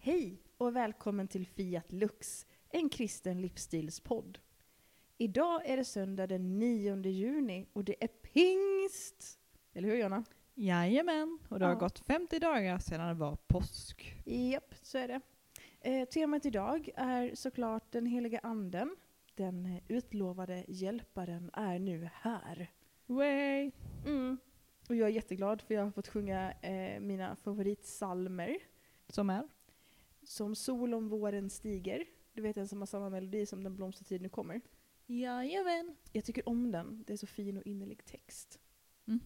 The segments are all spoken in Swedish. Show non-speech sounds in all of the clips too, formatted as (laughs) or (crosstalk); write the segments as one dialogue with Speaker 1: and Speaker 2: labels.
Speaker 1: Hej och välkommen till Fiat Lux, en kristen livsstilspodd. Idag är det söndag den 9 juni och det är pingst! Eller hur Jonna?
Speaker 2: Jajamän, och det har
Speaker 1: Ja.
Speaker 2: gått 50 dagar sedan det var påsk.
Speaker 1: Japp, så är det. Eh, temat idag är såklart den heliga anden. Den eh, utlovade hjälparen är nu här.
Speaker 2: Way.
Speaker 1: Mm. Och jag är jätteglad för jag har fått sjunga eh, mina favoritsalmer.
Speaker 2: Som är?
Speaker 1: Som Sol om våren stiger. Du vet den som har samma melodi som Den blomstertid nu kommer.
Speaker 2: Jajamän.
Speaker 1: Jag tycker om den. Det är så fin och innerlig text.
Speaker 2: Mhm.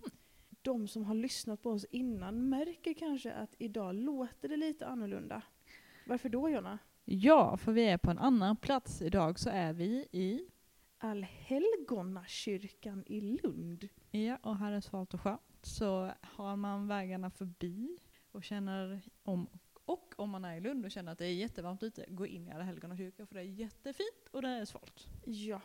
Speaker 1: De som har lyssnat på oss innan märker kanske att idag låter det lite annorlunda. Varför då Jonna?
Speaker 2: Ja, för vi är på en annan plats idag så är vi i
Speaker 1: Allhelgonakyrkan i Lund.
Speaker 2: Ja, E och här är svalt och skönt. Så har man vägarna förbi och känner om och om man är i Lund och känner att det är jättevarmt ute, gå in i Alla helgona kyrka för det är jättefint och det är svalt.
Speaker 1: Ja,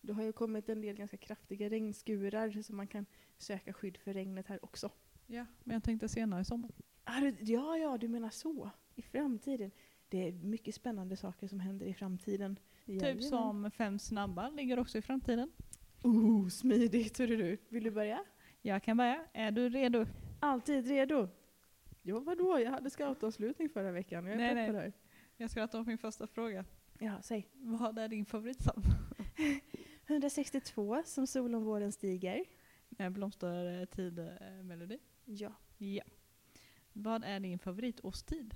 Speaker 1: det har ju kommit en del ganska kraftiga regnskurar så man kan söka skydd för regnet här också.
Speaker 2: Ja, men jag tänkte senare i sommar. Typ
Speaker 1: Ah, du- Ja, ja, du menar så. I framtiden. Det är mycket spännande saker som händer i framtiden.
Speaker 2: Typ som Fem snabba ligger också i framtiden.
Speaker 1: Oh, smidigt, hörru du. Vill du börja?
Speaker 2: Jag kan börja. Är du redo?
Speaker 1: Alltid redo. Ja, vadå? Jag hade scoutavslutning förra veckan. Jag är
Speaker 2: Nej,
Speaker 1: pepp
Speaker 2: nej.
Speaker 1: på det här.
Speaker 2: Jag ska ta min första fråga.
Speaker 1: Ja, säg.
Speaker 2: Vad är din favoritsalm?
Speaker 1: 162, som sol om våren stiger.
Speaker 2: Eh, Blomstertid-melodi.
Speaker 1: Ja.
Speaker 2: Ja. Vad är din favoritosttid?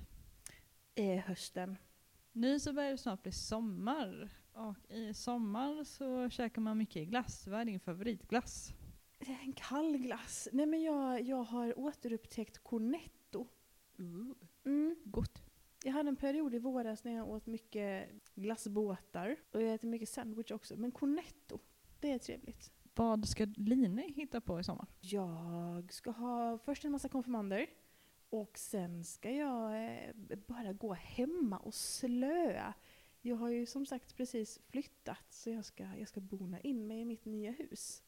Speaker 1: Eh, hösten.
Speaker 2: Nu så börjar det snart bli sommar. Och i sommar så käkar man mycket glass. Vad är din favoritglass?
Speaker 1: Det är En kall glass. Nej, men jag, jag har återupptäckt cornetto. Mm.
Speaker 2: gott.
Speaker 1: Jag hade en period i våras när jag åt mycket glassbåtar. Och jag äter mycket sandwich också. Men cornetto, det är trevligt.
Speaker 2: Vad ska Line hitta på i sommar?
Speaker 1: Jag ska ha först en massa konfirmander. Och sen ska jag eh, bara gå hemma och slöa. Jag har ju som sagt precis flyttat så jag ska, jag ska bona in mig i mitt nya hus.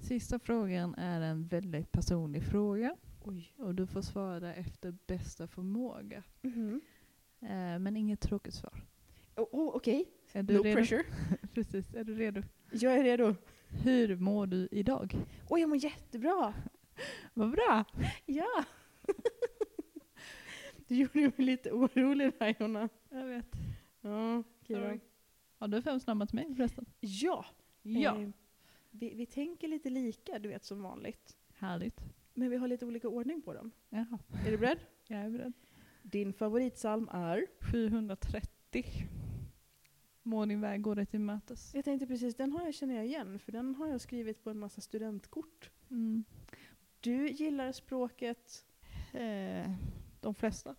Speaker 2: Sista frågan är en väldigt personlig fråga.
Speaker 1: Oj.
Speaker 2: Och du får svara efter bästa förmåga.
Speaker 1: Mhm.
Speaker 2: Eh, men inget tråkigt svar.
Speaker 1: Oh, oh, Okej,
Speaker 2: Är
Speaker 1: no
Speaker 2: redo?
Speaker 1: pressure.
Speaker 2: (laughs) Precis, är du redo?
Speaker 1: Jag är redo.
Speaker 2: Hur mår du idag?
Speaker 1: Oj, jag mår jättebra.
Speaker 2: (laughs) Vad bra!
Speaker 1: Ja! (laughs) du gjorde mig lite orolig där Jonna.
Speaker 2: Jag vet.
Speaker 1: Ja,
Speaker 2: Sorry. Har du fem snabba till mig förresten?
Speaker 1: ja.
Speaker 2: Ja.
Speaker 1: Eh, vi, vi tänker lite lika, du vet, som vanligt.
Speaker 2: Härligt.
Speaker 1: Men vi har lite olika ordning på dem.
Speaker 2: Jaha,
Speaker 1: Är du beredd?
Speaker 2: jag är beredd.
Speaker 1: Din favoritsalm är?
Speaker 2: 730. Må din väg gå dig till mötes.
Speaker 1: Jag tänkte precis, den har jag, känner jag igen, för den har jag skrivit på en massa studentkort.
Speaker 2: Mm.
Speaker 1: Du gillar språket.
Speaker 2: Eh, de flesta.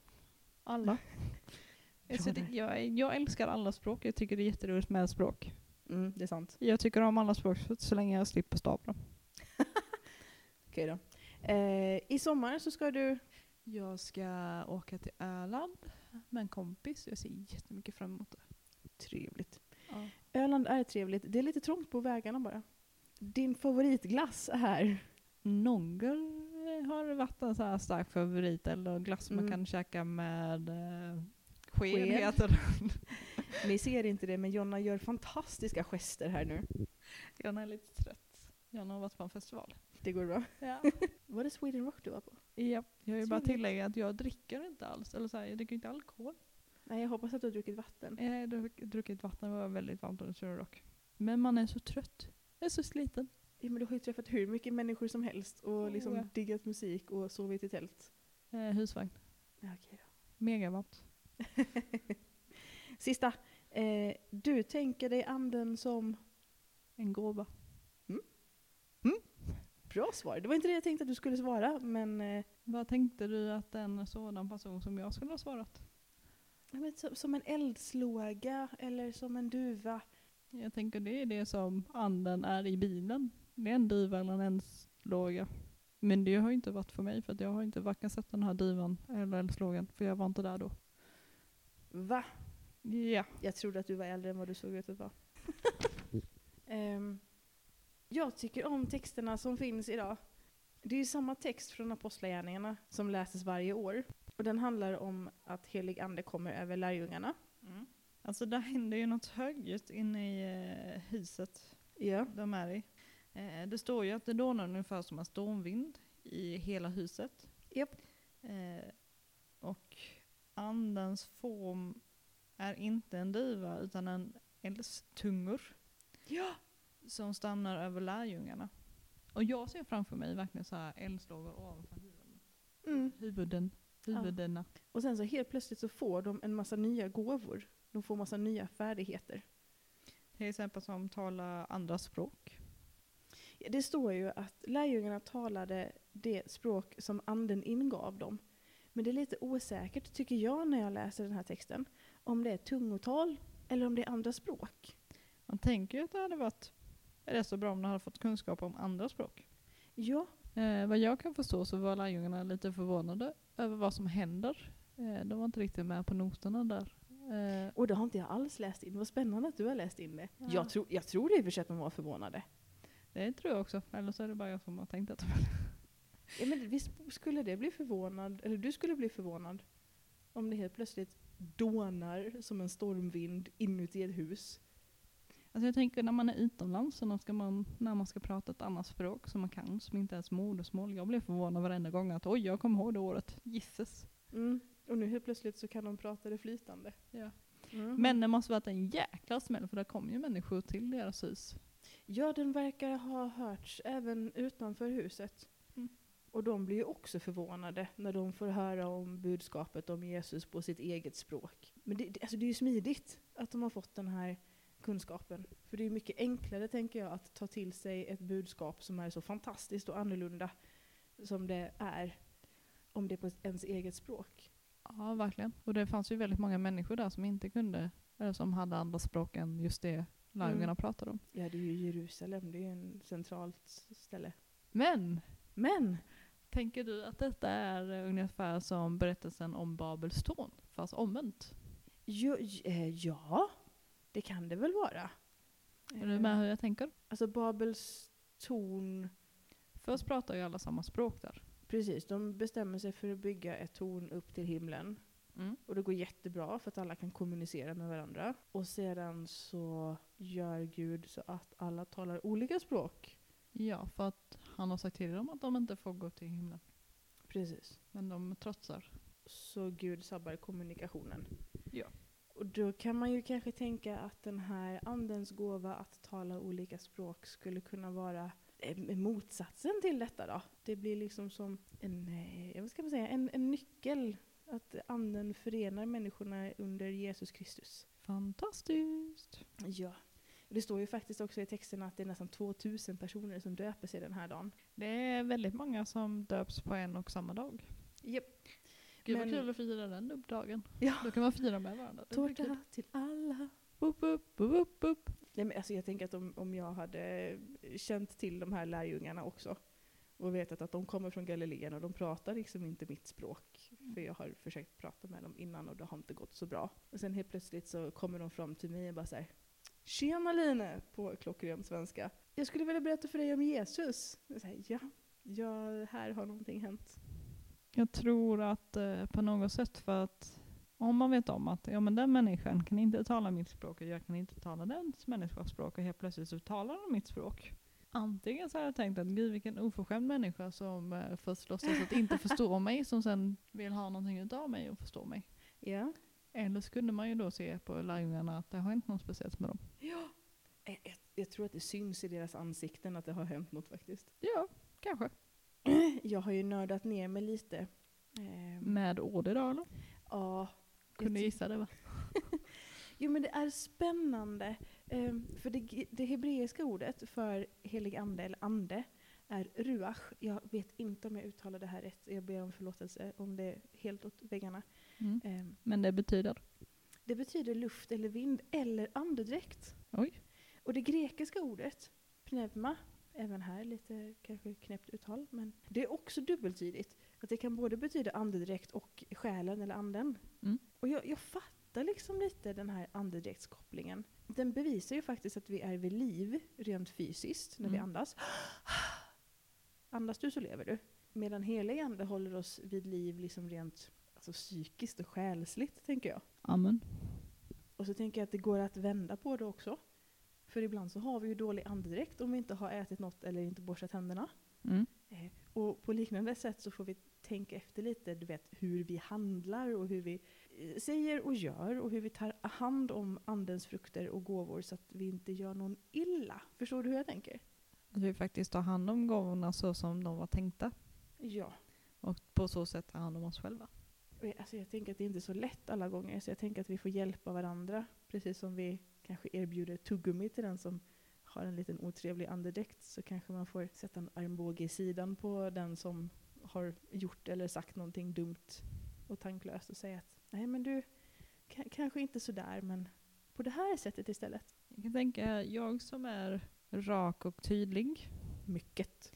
Speaker 2: Alla. Alltså, det,
Speaker 1: där.
Speaker 2: (laughs) jag, jag älskar alla språk. Jag tycker det är jätteroligt med språk.
Speaker 1: Mm, det är sant.
Speaker 2: Jag tycker om alla språk så, så länge jag slipper stava dem.
Speaker 1: Okej då. Eh, I sommar så ska du...
Speaker 2: Jag ska åka till Öland med en kompis. Jag ser jättemycket fram emot det.
Speaker 1: Trevligt.
Speaker 2: Ja.
Speaker 1: Öland är trevligt. Det är lite trångt på vägarna bara. Din favoritglass är?
Speaker 2: Nongel har varit en så här stark favorit, eller glass man
Speaker 1: Mm.
Speaker 2: kan käka med eh, sked,
Speaker 1: Sked.
Speaker 2: heter (laughs) det.
Speaker 1: Ni ser inte det, men Jonna gör fantastiska gester här nu.
Speaker 2: Jonna är lite trött. Jonna har varit på en festival.
Speaker 1: Det går bra.
Speaker 2: (laughs) Ja.
Speaker 1: Var det Sweden Rock du var på?
Speaker 2: Jag vill bara
Speaker 1: Trevligt.
Speaker 2: tillägga att jag dricker inte alls, eller så här, jag dricker inte alkohol.
Speaker 1: Nej, jag hoppas att du har druckit vatten.
Speaker 2: Jag har druck- druckit vatten, det var väldigt varmt under Sweden Rock. Men man är så trött. Jag är så sliten.
Speaker 1: Ja, men du har ju träffat hur mycket människor som helst och liksom
Speaker 2: Oh.
Speaker 1: diggat musik och sovit i tält.
Speaker 2: Eh, husvagn.
Speaker 1: Ja, okej då.
Speaker 2: Mega varmt.
Speaker 1: Sista. Eh, du tänker dig anden som...
Speaker 2: En gåva.
Speaker 1: Bra svar. Det var inte det jag tänkte att du skulle svara, men, eh,
Speaker 2: Vad tänkte du att en sådan person som jag skulle ha svarat?
Speaker 1: ja, men som, som en eldslåga eller som en duva.
Speaker 2: Jag tänker det är det som anden är i bilen. Det är en duva eller en eldslåga. Men det har ju inte varit för mig för att jag har inte varken sett den här duvan eller eldslågan för jag var inte där då.
Speaker 1: Va?
Speaker 2: Ja.
Speaker 1: Jag trodde att du var äldre än vad du såg ut att vara. Ehm, jag tycker om texterna som finns idag. Det är ju samma text från Apostlagärningarna som läses varje år. Och den handlar om att helig ande kommer över lärjungarna.
Speaker 2: Alltså där händer ju något högljutt inne i eh, huset
Speaker 1: Ja.
Speaker 2: de är i. Eh, det står ju att det dånar ungefär som en stormvind i hela huset.
Speaker 1: Japp.
Speaker 2: Eh, och andens form är inte en duva utan en eldstungor
Speaker 1: Ja!
Speaker 2: som stannar över lärjungarna. Och jag ser framför mig verkligen så här eldslågor ovanför huvuden.
Speaker 1: Mm.
Speaker 2: huvuden. Huvudena.
Speaker 1: Och sen så helt plötsligt så får de en massa nya gåvor. De får massa nya färdigheter.
Speaker 2: Till exempel som talar andra språk.
Speaker 1: Ja, Det står ju att lärjungarna talade det språk som anden ingav dem. Men det är lite osäkert, tycker jag, när jag läser den här texten. Om det är tungotal eller om det är andra språk.
Speaker 2: Man tänker ju att det hade varit rätt så bra om de hade fått kunskap om andra språk.
Speaker 1: Ja,
Speaker 2: Eh, vad jag kan förstå så var lärjungarna lite förvånade över vad som händer. Eh, de var inte riktigt med på noterna där. Eh,
Speaker 1: och det har inte jag alls läst in. Vad spännande att du har läst in det.
Speaker 2: Ja.
Speaker 1: Jag, tror, jag tror i och för sig att de var förvånade.
Speaker 2: det tror jag också, eller så är det bara jag som har tänkt att
Speaker 1: Ja, men visst skulle det bli förvånad, eller du skulle bli förvånad, om det helt plötsligt dånar som en stormvind inuti ett hus.
Speaker 2: Alltså jag tänker när man är utomlands så när ska man, när man ska prata ett annat språk som man kan, som inte är ens modersmål. Jag blev förvånad varenda gång att oj, jag kommer ihåg det året. Gisses.
Speaker 1: Mm. Och nu helt plötsligt så kan de prata det flytande.
Speaker 2: Ja.
Speaker 1: Mm.
Speaker 2: Men det måste varit en jäkla smäll för det kom ju människor till deras hus.
Speaker 1: Ja, den verkar ha hörts även utanför huset.
Speaker 2: Mm.
Speaker 1: Och de blir ju också förvånade när de får höra om budskapet om Jesus på sitt eget språk. Men det, det, alltså det är ju smidigt att de har fått den här kunskapen. För det är ju mycket enklare, tänker jag, att ta till sig ett budskap som är så fantastiskt och annorlunda som det är, om det är på ens eget språk.
Speaker 2: Ja, verkligen. Och det fanns ju väldigt många människor där som inte kunde, eller som hade andra språk än just det lärjungarna
Speaker 1: Mm.
Speaker 2: pratade om.
Speaker 1: Ja, det är ju Jerusalem, det är ju en centralt ställe.
Speaker 2: Men,
Speaker 1: Men!
Speaker 2: tänker du att detta är eh, ungefär som berättelsen om Babels torn, fast omvänt?
Speaker 1: Jo, j- eh, ja, det kan det väl vara.
Speaker 2: Är du med hur jag tänker?
Speaker 1: Alltså Babels torn,
Speaker 2: Först pratar ju alla samma språk där.
Speaker 1: precis, de bestämmer sig för att bygga ett torn upp till himlen.
Speaker 2: Mm.
Speaker 1: Och det går jättebra för att alla kan kommunicera med varandra. Och sedan så gör Gud så att alla talar olika språk.
Speaker 2: Ja, för att han har sagt till dem att de inte får gå till himlen.
Speaker 1: Precis.
Speaker 2: Men de trotsar.
Speaker 1: Så Gud sabbar kommunikationen.
Speaker 2: Ja.
Speaker 1: Och då kan man ju kanske tänka att den här andens gåva att tala olika språk skulle kunna vara eh, motsatsen till detta då. Det blir liksom som en, eh, vad ska man säga, en, en nyckel. Att anden förenar människorna under Jesus Kristus.
Speaker 2: Fantastiskt!
Speaker 1: Ja. Det står ju faktiskt också i texten att det är nästan 2000 personer som döper sig den här dagen.
Speaker 2: Det är väldigt många som döps på en och samma dag.
Speaker 1: Japp.
Speaker 2: Gud
Speaker 1: Men-
Speaker 2: vad kul att fira den uppdagen.
Speaker 1: Ja.
Speaker 2: Då kan man fira med varandra. Det blir kul.
Speaker 1: Tårta till alla.
Speaker 2: Boop, boop, boop, boop.
Speaker 1: Nej, men alltså jag tänker att om, om jag hade känt till de här lärjungarna också och vetat att de kommer från Galileen och de pratar liksom inte mitt språk. För jag har försökt prata med dem innan och det har inte gått så bra. Och sen helt plötsligt så kommer de fram till mig och bara säger Tjena Line! På klockren svenska. Jag skulle vilja berätta för dig om Jesus. Jag säger, ja, ja, här har någonting hänt.
Speaker 2: Jag tror att eh, på något sätt för att om man vet om att ja, men den människan kan inte tala mitt språk och jag kan inte tala den människans språk och helt plötsligt så talar de mitt språk. Antingen så har jag tänkt att gud vilken oförskämd människa som eh, först låtsas att (laughs) inte förstå mig som sen vill ha någonting utav mig och förstå mig.
Speaker 1: Ja.
Speaker 2: Eller så kunde man ju då se på lärjungarna att det har inte något speciellt med dem.
Speaker 1: Jag, Eh, jag, jag tror att det syns i deras ansikten att det har hänt något faktiskt.
Speaker 2: Ja, kanske.
Speaker 1: Jag har ju nördat ner mig lite. Ehm,
Speaker 2: Med ord idag eller?
Speaker 1: Ja.
Speaker 2: Kunde
Speaker 1: jag ty-
Speaker 2: gissa det va?
Speaker 1: Jo men det är spännande. Ehm, för det, g- det hebreiska ordet för helig ande eller ande är ruach. Jag vet inte om jag uttalar det här rätt. Jag ber om förlåtelse om det är helt åt väggarna.
Speaker 2: Mm.
Speaker 1: Ehm,
Speaker 2: Men det betyder?
Speaker 1: det betyder luft eller vind eller andedräkt.
Speaker 2: Oj.
Speaker 1: Och det grekiska ordet pneuma, även här lite kanske knäppt uttal, men det är också dubbeltydigt. Att det kan både betyda andedräkt och själen eller anden.
Speaker 2: Mm.
Speaker 1: Och jag, jag fattar liksom lite den här andedräktskopplingen. Den bevisar ju faktiskt att vi är vid liv rent fysiskt när vi
Speaker 2: Mm.
Speaker 1: andas. (gasps) andas du så lever du. Medan helig ande håller oss vid liv liksom rent alltså, psykiskt och själsligt, tänker jag.
Speaker 2: Amen.
Speaker 1: Och så tänker jag att det går att vända på det också. För ibland så har vi ju dålig andedräkt om vi inte har ätit något eller inte borstat händerna.
Speaker 2: Mm.
Speaker 1: Eh, Och på liknande sätt så får vi tänka efter lite, du vet hur vi handlar och hur vi eh, säger och gör och hur vi tar hand om andens frukter och gåvor så att vi inte gör någon illa. Förstår du hur jag tänker?
Speaker 2: Att vi faktiskt tar hand om gåvorna så som de var tänkta.
Speaker 1: Ja.
Speaker 2: Och på så sätt tar hand om oss själva.
Speaker 1: Och jag- Alltså jag tänker att det är inte så lätt alla gånger, så jag tänker att vi får hjälpa varandra. Precis som vi kanske erbjuder tuggummi till den som har en liten otrevlig andedräkt så kanske man får sätta en armbåge i sidan på den som har gjort eller sagt någonting dumt och tanklöst och säga att nej men du, ka- kanske inte sådär men på det här sättet istället.
Speaker 2: Jag kan tänka, jag som är rak och tydlig.
Speaker 1: Mycket.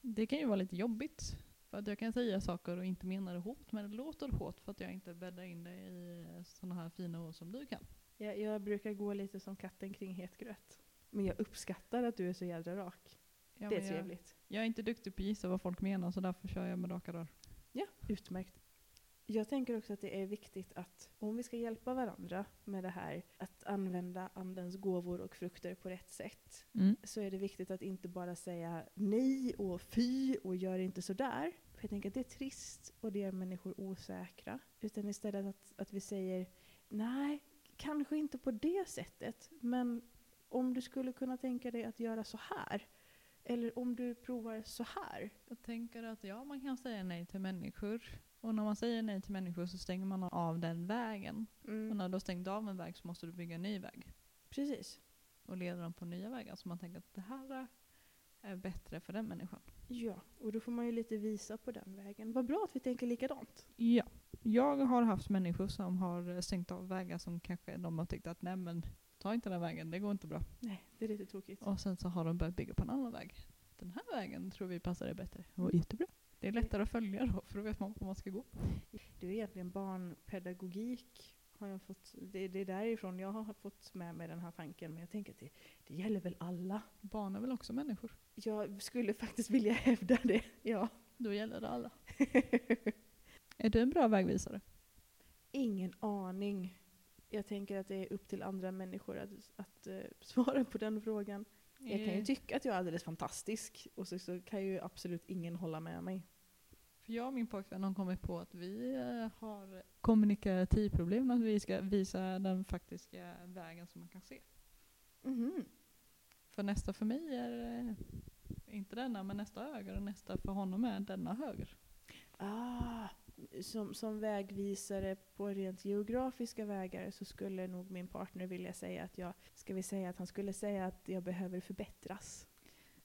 Speaker 2: Det kan ju vara lite jobbigt. För att jag kan säga saker och inte mena det hårt. Men det låter hårt för att jag inte bäddar in det i sådana här fina ord som du kan.
Speaker 1: Jag, jag brukar gå lite som katten kring het gröt. Men jag uppskattar att du är så jädra rak.
Speaker 2: Ja,
Speaker 1: det är
Speaker 2: men jag,
Speaker 1: trevligt.
Speaker 2: Jag är inte duktig på att gissa vad folk menar så därför kör jag med raka rör.
Speaker 1: Ja, utmärkt. Jag tänker också att det är viktigt att om vi ska hjälpa varandra med det här att använda andens gåvor och frukter på rätt sätt
Speaker 2: Mm.
Speaker 1: så är det viktigt att inte bara säga nej och fy och gör inte sådär. För jag tänker att det är trist och det gör människor osäkra. Utan istället att, att vi säger nej, kanske inte på det sättet men om du skulle kunna tänka dig att göra så här eller om du provar så här.
Speaker 2: Jag tänker att ja, man kan säga nej till människor. Och när man säger nej till människor så stänger man av den vägen. Och när du har stängt av en väg så måste du bygga en ny väg.
Speaker 1: Precis.
Speaker 2: Och leda dem på nya vägar. Så man tänker att det här är bättre för den människan.
Speaker 1: Ja, och då får man ju lite visa på den vägen. Vad bra att vi tänker likadant.
Speaker 2: Ja. Jag har haft människor som har stängt av vägar som kanske de har tyckt att nej men ta inte den vägen, det går inte bra.
Speaker 1: Nej, det är lite tråkigt.
Speaker 2: Och sen så har de börjat bygga på en annan väg. Den här vägen tror vi passar dig bättre. Det var jättebra. Det är lättare att följa då för då vet man var man ska gå.
Speaker 1: Det är egentligen barnpedagogik. Har jag fått, det, det är därifrån jag har fått med mig den här tanken. Men jag tänker att det, det gäller väl alla.
Speaker 2: Barn är väl också människor?
Speaker 1: Jag skulle faktiskt vilja (laughs) hävda det. Ja.
Speaker 2: Då gäller det (laughs) alla. Är du en bra vägvisare?
Speaker 1: Ingen aning. Jag tänker att det är upp till andra människor att, att eh, (laughs) svara på den frågan. Jag kan ju tycka att jag är alldeles fantastisk och så, så kan ju absolut ingen hålla med mig.
Speaker 2: För jag och min pojkvän har kommit på att vi eh, har kommunikativproblem. Att vi ska visa den faktiska vägen som man kan se.
Speaker 1: Mhm.
Speaker 2: För nästa för mig är eh, inte denna, men nästa höger och nästa för honom är denna höger.
Speaker 1: Ah, som, som vägvisare på rent geografiska vägar så skulle nog min partner vilja säga att jag, ska vi säga att han skulle säga att jag behöver förbättras.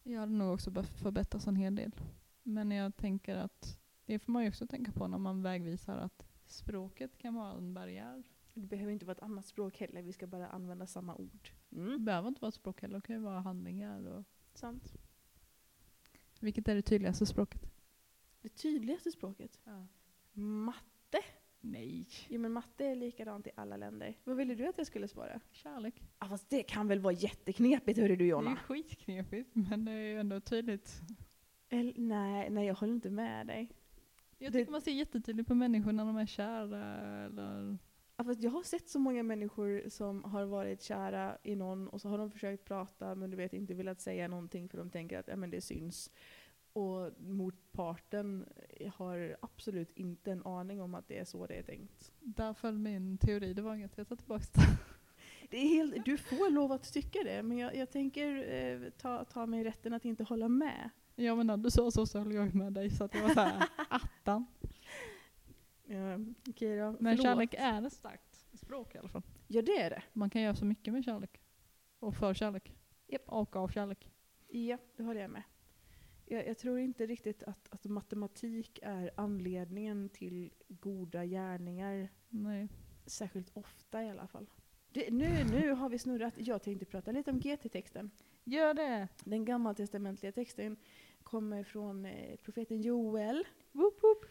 Speaker 2: Jag hade nog också behövt förbättras en hel del. Men jag tänker att det får man ju också tänka på när man vägvisar att språket kan vara en barriär.
Speaker 1: Det behöver inte vara ett annat språk heller, vi ska bara använda samma ord.
Speaker 2: Det
Speaker 1: Mm.
Speaker 2: behöver inte vara ett språk heller, det kan ju vara handlingar. Och...
Speaker 1: Sant.
Speaker 2: Vilket är det tydligaste språket?
Speaker 1: Det tydligaste språket? Matte.
Speaker 2: Nej.
Speaker 1: Jo men matte är likadant i alla länder. Vad ville du att jag skulle svara?
Speaker 2: Kärlek.
Speaker 1: Ah, fast det kan väl vara jätteknepigt hörru du
Speaker 2: Det är ju
Speaker 1: Jonna?
Speaker 2: skitknepigt men det är ju ändå tydligt.
Speaker 1: Eller, nej, nej jag håller inte med dig.
Speaker 2: Jag
Speaker 1: Det-
Speaker 2: tycker man ser jättetydligt på människor när de är kära eller
Speaker 1: Ja, fast Jag har sett så många människor som har varit kära i någon och så har de försökt prata men du vet inte velat säga någonting för de tänker att ja, men det syns. Och motparten har absolut inte en aning om att det är så det är tänkt.
Speaker 2: Där föll min teori, det var inget jag tar tillbaka (laughs)
Speaker 1: Det är helt, du får lov att tycka det men jag, jag tänker eh, ta, ta mig rätten att inte hålla med.
Speaker 2: Ja men när du sa så så höll jag med dig så att jag var
Speaker 1: (laughs)
Speaker 2: såhär, attan.
Speaker 1: Ja, okej då,
Speaker 2: Men
Speaker 1: förlåt.
Speaker 2: kärlek är ett starkt språk i alla fall.
Speaker 1: Ja det är det.
Speaker 2: Man kan göra så mycket med kärlek. Och för kärlek.
Speaker 1: Japp.
Speaker 2: Och av kärlek.
Speaker 1: Ja, det håller jag med. Jag, jag tror inte riktigt att, att matematik är anledningen till goda gärningar,
Speaker 2: Nej.
Speaker 1: särskilt ofta i alla fall. Det, nu, nu har vi snurrat. Jag tänkte prata lite om GT-texten.
Speaker 2: Gör det!
Speaker 1: Den gammaltestamentliga texten kommer från eh, profeten Joel.
Speaker 2: Woop, woop.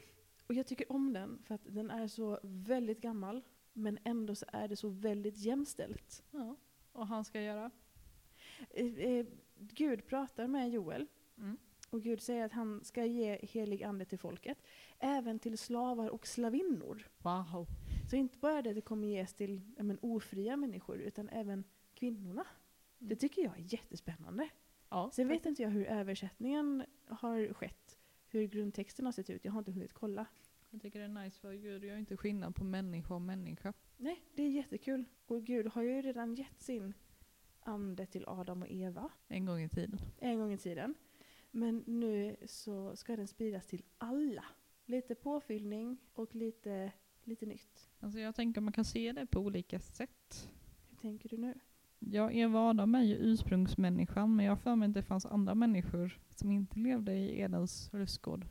Speaker 1: Och jag tycker om den för att den är så väldigt gammal men ändå så är det så väldigt jämställt.
Speaker 2: Ja. Och han ska göra?
Speaker 1: Eh, eh, Gud pratar med Joel Och Gud säger att han ska ge helig ande till folket, även till slavar och slavinnor.
Speaker 2: Wow.
Speaker 1: Så inte bara det att det kommer ges till ja, men, ofria människor, utan även kvinnorna. Det tycker jag är jättespännande.
Speaker 2: Ja,
Speaker 1: Sen vet inte jag hur översättningen har skett, hur grundtexten har sett ut. Jag har inte hunnit kolla.
Speaker 2: jag tycker det är nice för Gud gör inte skillnad på människa och människa.
Speaker 1: Nej, det är jättekul. Och Gud har ju redan gett sin ande till Adam och Eva
Speaker 2: En gång i tiden.
Speaker 1: en gång i tiden. Men nu så ska den spridas till alla. Lite påfyllning och lite, lite nytt.
Speaker 2: Alltså jag tänker man kan se det på olika sätt.
Speaker 1: Hur tänker du nu?
Speaker 2: Ja, Eva och Adam är ju ursprungsmänniskan men jag har för mig att det fanns andra människor som inte levde i Edens lustgård.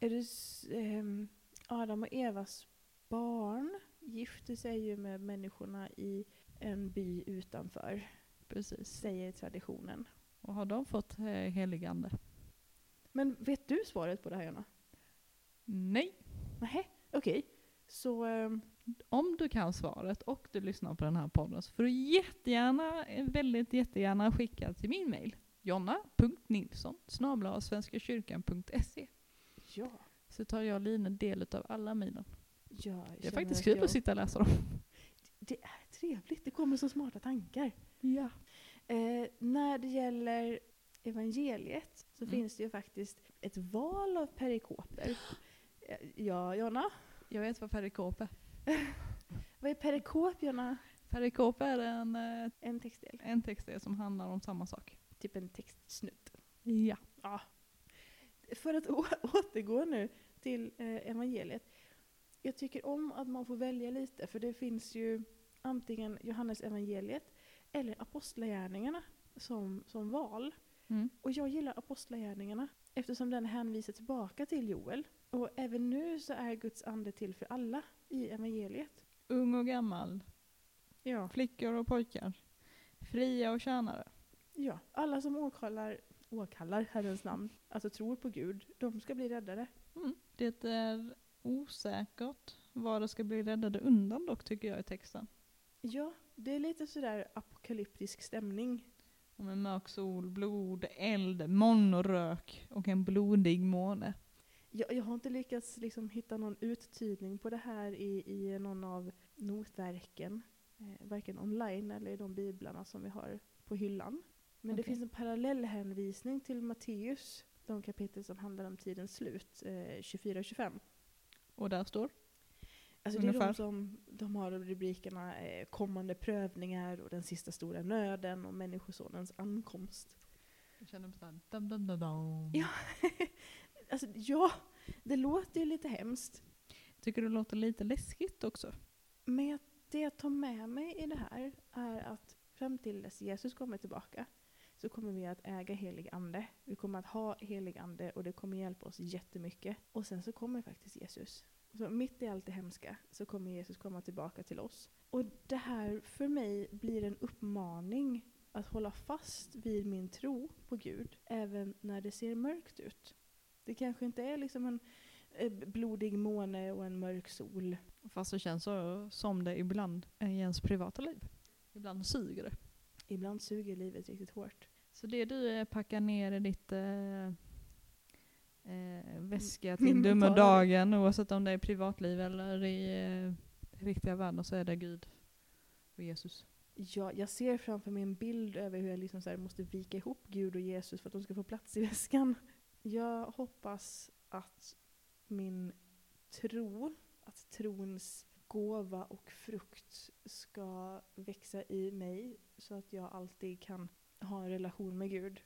Speaker 1: Är det s- ehm, Adam och Evas barn gifter sig ju med människorna i en by utanför,
Speaker 2: Precis.
Speaker 1: säger traditionen.
Speaker 2: Och har de fått eh, heligande?
Speaker 1: Men vet du svaret på det här Jonna?
Speaker 2: Nej.
Speaker 1: Nej, okej. Så ehm,
Speaker 2: Om du kan svaret och du lyssnar på den här podden så får du jättegärna, eh, väldigt jättegärna skicka till min mail. jonna.nilsson snabel-a svenskakyrkan.se
Speaker 1: ja.
Speaker 2: Så tar jag och Line del av alla mejlen.
Speaker 1: Jag
Speaker 2: Det är
Speaker 1: känner
Speaker 2: faktiskt
Speaker 1: att
Speaker 2: kul
Speaker 1: jag-
Speaker 2: att sitta och läsa dem.
Speaker 1: Det är trevligt, det kommer så smarta tankar.
Speaker 2: Ja.
Speaker 1: Eh, när det gäller evangeliet så
Speaker 2: Mm.
Speaker 1: finns det ju faktiskt ett val av perikoper. Eh, Ja, Jonna?
Speaker 2: Jag vet vad perikop är.
Speaker 1: Vad är perikop, Jonna?
Speaker 2: Perikop är en, eh,
Speaker 1: En textdel.
Speaker 2: en textdel som handlar om samma sak.
Speaker 1: Typ en textsnutt.
Speaker 2: Ja.
Speaker 1: För att å- (laughs) återgå nu till eh, evangeliet. Jag tycker om att man får välja lite, för det finns ju antingen Johannes evangeliet eller Apostlagärningarna som, som val.
Speaker 2: Mm.
Speaker 1: Och jag gillar Apostlagärningarna eftersom den hänvisar tillbaka till Joel. Och även nu så är Guds ande till för alla i evangeliet.
Speaker 2: Ung och gammal,
Speaker 1: Ja.
Speaker 2: flickor och pojkar, fria och tjänare.
Speaker 1: ja. Alla som åkallar, åkallar Herrens namn, alltså tror på Gud, de ska bli räddade.
Speaker 2: Mm. Det är osäkert vad det ska bli räddade undan dock tycker jag i texten.
Speaker 1: Ja, det är lite sådär apokalyptisk stämning.
Speaker 2: Om en mörk sol, blod, eld, moln och rök och en blodig måne.
Speaker 1: Jag, jag har inte lyckats liksom hitta någon uttydning på det här i, i någon av notverken. Eh, varken online eller i de biblarna som vi har på hyllan. Men det
Speaker 2: Okej.
Speaker 1: finns en parallellhänvisning till Matteus, de kapitel som handlar om tidens slut, eh, 24-25.
Speaker 2: Och där står
Speaker 1: Alltså det är
Speaker 2: Ungefär.
Speaker 1: de som de har rubrikerna eh, kommande prövningar och den sista stora nöden och människosonens ankomst.
Speaker 2: Jag känner mig såhär dam dam dam dam.
Speaker 1: Ja. (laughs) Alltså ja, det låter ju lite hemskt.
Speaker 2: Tycker du det låter lite läskigt också?
Speaker 1: Men jag- det jag tar med mig i det här är att fram till dess Jesus kommer tillbaka så kommer vi att äga helig ande. Vi kommer att ha helig ande och det kommer hjälpa oss jättemycket. Och sen så kommer faktiskt Jesus. Så mitt i allt det hemska så kommer Jesus komma tillbaka till oss. Och det här för mig blir en uppmaning att hålla fast vid min tro på Gud även när det ser mörkt ut. Det kanske inte är liksom en eh, blodig måne och en mörk sol
Speaker 2: Fast det känns så som det ibland är i ens privata liv. Ibland suger det.
Speaker 1: Ibland suger livet riktigt hårt.
Speaker 2: Så det du eh, packar ner i ditt eh, eh, väska till dumma
Speaker 1: mentala liv.
Speaker 2: dagen, oavsett om det är privatliv eller i eh, riktiga världen, så är det Gud och Jesus.
Speaker 1: Ja, jag ser framför mig en bild över hur jag liksom så här måste vika ihop Gud och Jesus för att de ska få plats i (laughs) väskan. Jag hoppas att min tro, att trons gåva och frukt ska växa i mig så att jag alltid kan ha en relation med Gud.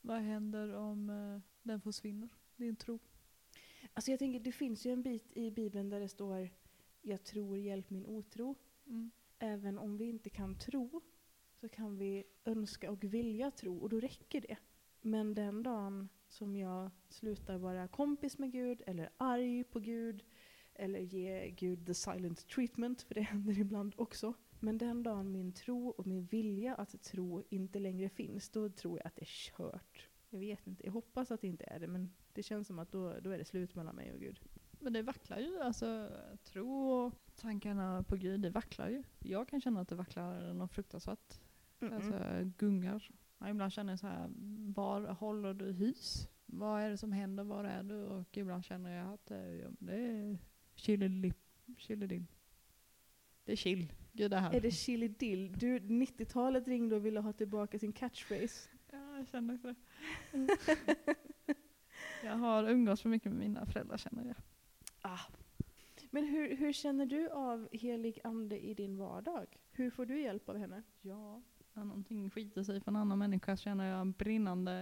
Speaker 2: Vad händer om eh, den försvinner, din tro?
Speaker 1: Alltså jag tänker, det finns ju en bit i Bibeln där det står Jag tror, hjälp min otro.
Speaker 2: Mm.
Speaker 1: även om vi inte kan tro så kan vi önska och vilja tro och då räcker det. Men den dagen som jag slutar vara kompis med Gud eller arg på Gud eller ge Gud the silent treatment, för det händer ibland också. Men den dagen min tro och min vilja att tro inte längre finns, då tror jag att det är kört. Jag vet inte, jag hoppas att det inte är det, men det känns som att då, då är det slut mellan mig och Gud.
Speaker 2: Men det vacklar ju, alltså tro och tankarna på Gud, det vacklar ju. Jag kan känna att det vacklar något Mm.
Speaker 1: Alltså,
Speaker 2: fruktansvärt. Alltså gungar. Ja, ibland känner jag så här, var håller du hus? Vad är det som händer? Var är du? Och ibland känner jag att eh, ja, men det är chili-lip, chili-dill. Det är chill. Gud det här.
Speaker 1: Är det chili dill? Du, 90-talet ringde och ville ha tillbaka sin catchphrase.
Speaker 2: Ja, jag känner också det. (laughs) jag har umgås för mycket med mina föräldrar känner jag.
Speaker 1: Men hur, hur känner du av helig ande i din vardag? Hur får du hjälp av henne?
Speaker 2: Ja. När någonting skiter sig för en annan människa så känner jag en brinnande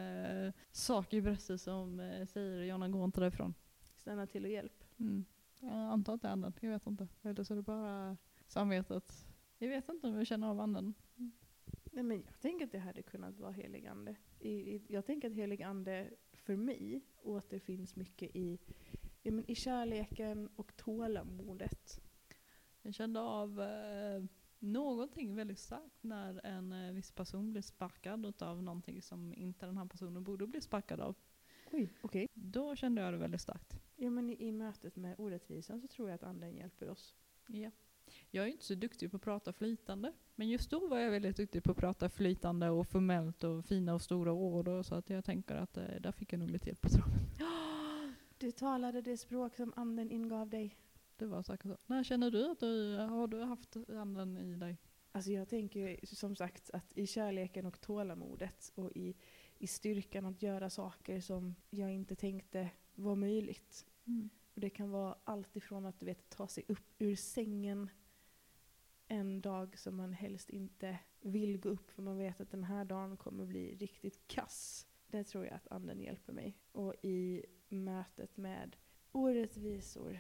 Speaker 2: eh, sak i bröstet som eh, säger Jonna gå inte därifrån.
Speaker 1: Stanna till och hjälp.
Speaker 2: Mm. Jag antar att det är anden, jag vet inte. Eller så är det bara samvetet. Jag vet inte om jag känner av anden.
Speaker 1: Nej, men jag tänker att det hade kunnat vara helig ande. I, i, jag tänker att helig ande för mig återfinns mycket i, ja, men i kärleken och tålamodet.
Speaker 2: Jag kände av eh, någonting väldigt starkt när en eh, viss person blir sparkad utav någonting som inte den här personen borde bli sparkad av.
Speaker 1: Oj, okej.
Speaker 2: Då kände jag det väldigt starkt.
Speaker 1: Ja, men i, i mötet med orättvisan så tror jag att anden hjälper oss.
Speaker 2: Ja. Jag är inte så duktig på att prata flytande. Men just då var jag väldigt duktig på att prata flytande och formellt och fina och stora ord. Och så att jag tänker att eh, där fick jag nog lite hjälp på traven.
Speaker 1: Du talade det språk som anden ingav dig.
Speaker 2: Det var säkert så. När känner du att du har du haft anden i dig?
Speaker 1: Alltså jag tänker ju som sagt att i kärleken och tålamodet och i, i styrkan att göra saker som jag inte tänkte var möjligt. Och det kan vara allt ifrån att du vet, ta sig upp ur sängen en dag som man helst inte vill gå upp för man vet att den här dagen kommer bli riktigt kass. Det tror jag att anden hjälper mig. Och i mötet med orättvisor,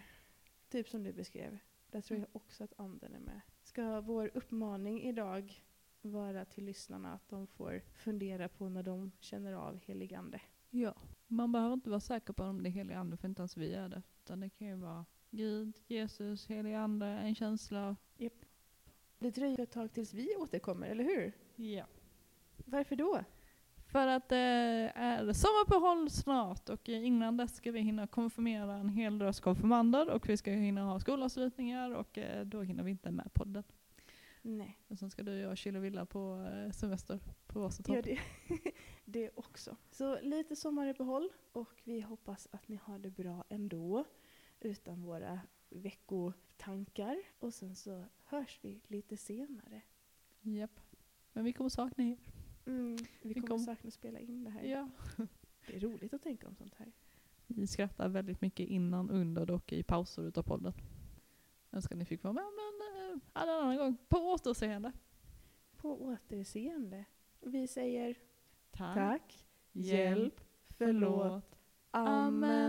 Speaker 1: typ som du beskrev, där tror jag också att anden är med. Ska vår uppmaning idag vara till lyssnarna att de får fundera på när de känner av heligande?
Speaker 2: Ja. Man behöver inte vara säker på om det är helig ande för inte ens vi är det. Utan det kan ju vara Gud, Jesus, helig ande, en känsla.
Speaker 1: Det dröjer ett tag tills vi återkommer, eller hur?
Speaker 2: Ja.
Speaker 1: Varför då?
Speaker 2: För att det är sommaruppehåll snart och innan dess ska vi hinna konfirmera en hel drös konfirmander och vi ska hinna ha skolavslutningar och eh, då hinner vi inte med podden.
Speaker 1: Nej,
Speaker 2: Och sen ska du och jag chilla och villa på eh, semester på varsitt
Speaker 1: gör
Speaker 2: håll.
Speaker 1: det, (laughs) det också. Så lite sommaruppehåll och vi hoppas att ni har det bra ändå utan våra veckotankar. Och sen så hörs vi lite senare.
Speaker 2: Japp. Men vi kommer sakna er.
Speaker 1: Vi
Speaker 2: Mm. Vi
Speaker 1: kommer
Speaker 2: kom-
Speaker 1: sakna att spela in det här.
Speaker 2: Ja.
Speaker 1: Det är roligt att tänka om sånt här.
Speaker 2: Vi skrattar väldigt mycket innan, under och i pauser utav podden. Önskar ni fick vara med men eh, alla en annan gång. På återseende.
Speaker 1: På återseende. Vi säger
Speaker 2: Tack.
Speaker 1: tack, hjälp, förlåt,
Speaker 2: Amen.